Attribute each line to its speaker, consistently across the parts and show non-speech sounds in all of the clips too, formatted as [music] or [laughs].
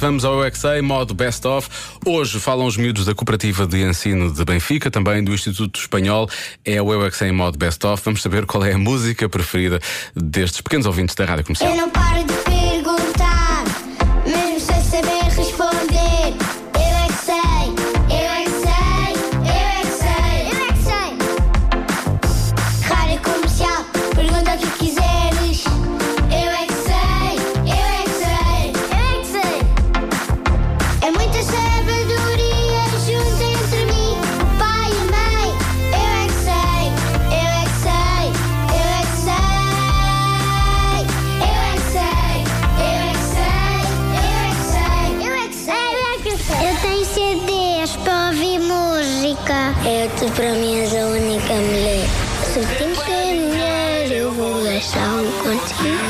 Speaker 1: Vamos ao UXA, modo Best of. Hoje falam os miúdos da Cooperativa de Ensino de Benfica, também do Instituto Espanhol. É o UXA em modo Best of. Vamos saber qual é a música preferida destes pequenos ouvintes da Rádio Comercial.
Speaker 2: Eu não paro de perguntar, mesmo sem saber responder. Eu é que sei, eu é que sei, eu é que sei, eu é que sei. Rádio comercial, pergunta o que quiseres. Eu é eu é que sei, eu é que sei. É muita sabedoria junto entre mim, o pai e a mãe. Eu é que sei, eu é que sei, eu é que sei. Eu é que sei, eu é que sei, eu é que sei, eu é que sei. Eu tenho CDs para ouvir música. Eu tu para mim és a única mulher. Se eu tenho dinheiro, eu vou gastar um [laughs] contigo.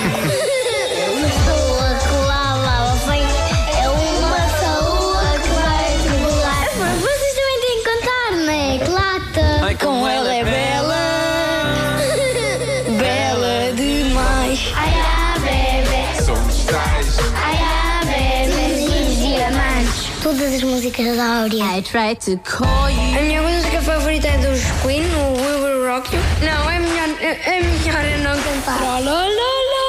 Speaker 2: Uma pessoa que lava vem é uma pessoa que vai regular. É, Vocês também têm que cantar, né? Que lata!
Speaker 3: Ai, como ela é bela, bela demais.
Speaker 2: Ai, a bebê!
Speaker 4: Somos tais.
Speaker 2: Ai, a bebê! diamantes! Todas as músicas da Áurea.
Speaker 5: I try to call you.
Speaker 6: A minha música favorita é dos Queen, o We Will Rock You. Não, é melhor, é, é melhor eu não cantar. Lá, lá, lá, lá.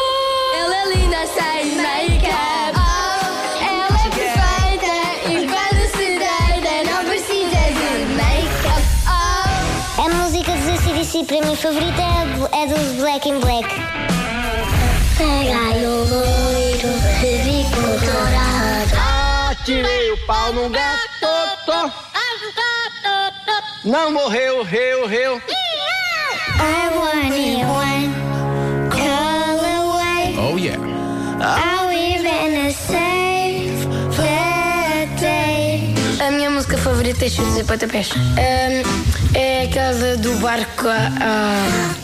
Speaker 5: Ela é linda, sai de
Speaker 2: é.
Speaker 5: make-up.
Speaker 6: Oh,
Speaker 2: Ela é perfeita e quando se deita não precisa de make-up.
Speaker 6: Oh.
Speaker 2: A música dos ACDC para mim favorita é, é do Black in Black. Pegai o loiro, bico dourado.
Speaker 7: Atirei o pau num gato, tô. Não morreu, reu, reu.
Speaker 2: I want it one colorway.
Speaker 1: Oh yeah!
Speaker 2: Are we gonna save the day?
Speaker 6: A minha música favorita é Chutes e Pontapés. Ahm, é aquela do barco. ah, ah,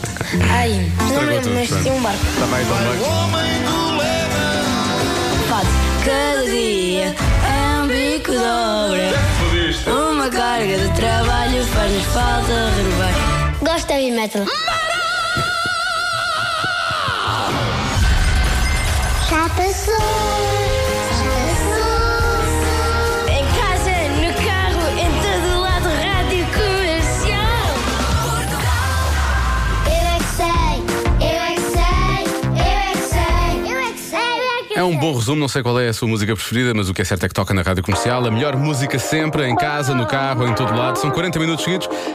Speaker 6: ai, não
Speaker 1: Estragou
Speaker 6: me lembro,
Speaker 1: tudo,
Speaker 6: mas
Speaker 1: pronto.
Speaker 6: tinha um barco.
Speaker 1: Está bem, está bem.
Speaker 3: Faz cada dia é um bico de obra. Uma carga de trabalho faz-nos falta renovar.
Speaker 2: Gosto de heavy metal. Já passou. já passou.
Speaker 6: Em casa, no carro, em todo lado, rádio comercial.
Speaker 2: Eu é que sei, eu é que sei, eu é que sei, eu é que sei, eu é que
Speaker 1: É um bom resumo, não sei qual é a sua música preferida, mas o que é certo é que toca na rádio comercial. A melhor música sempre, em casa, no carro, em todo lado. São 40 minutos seguidos.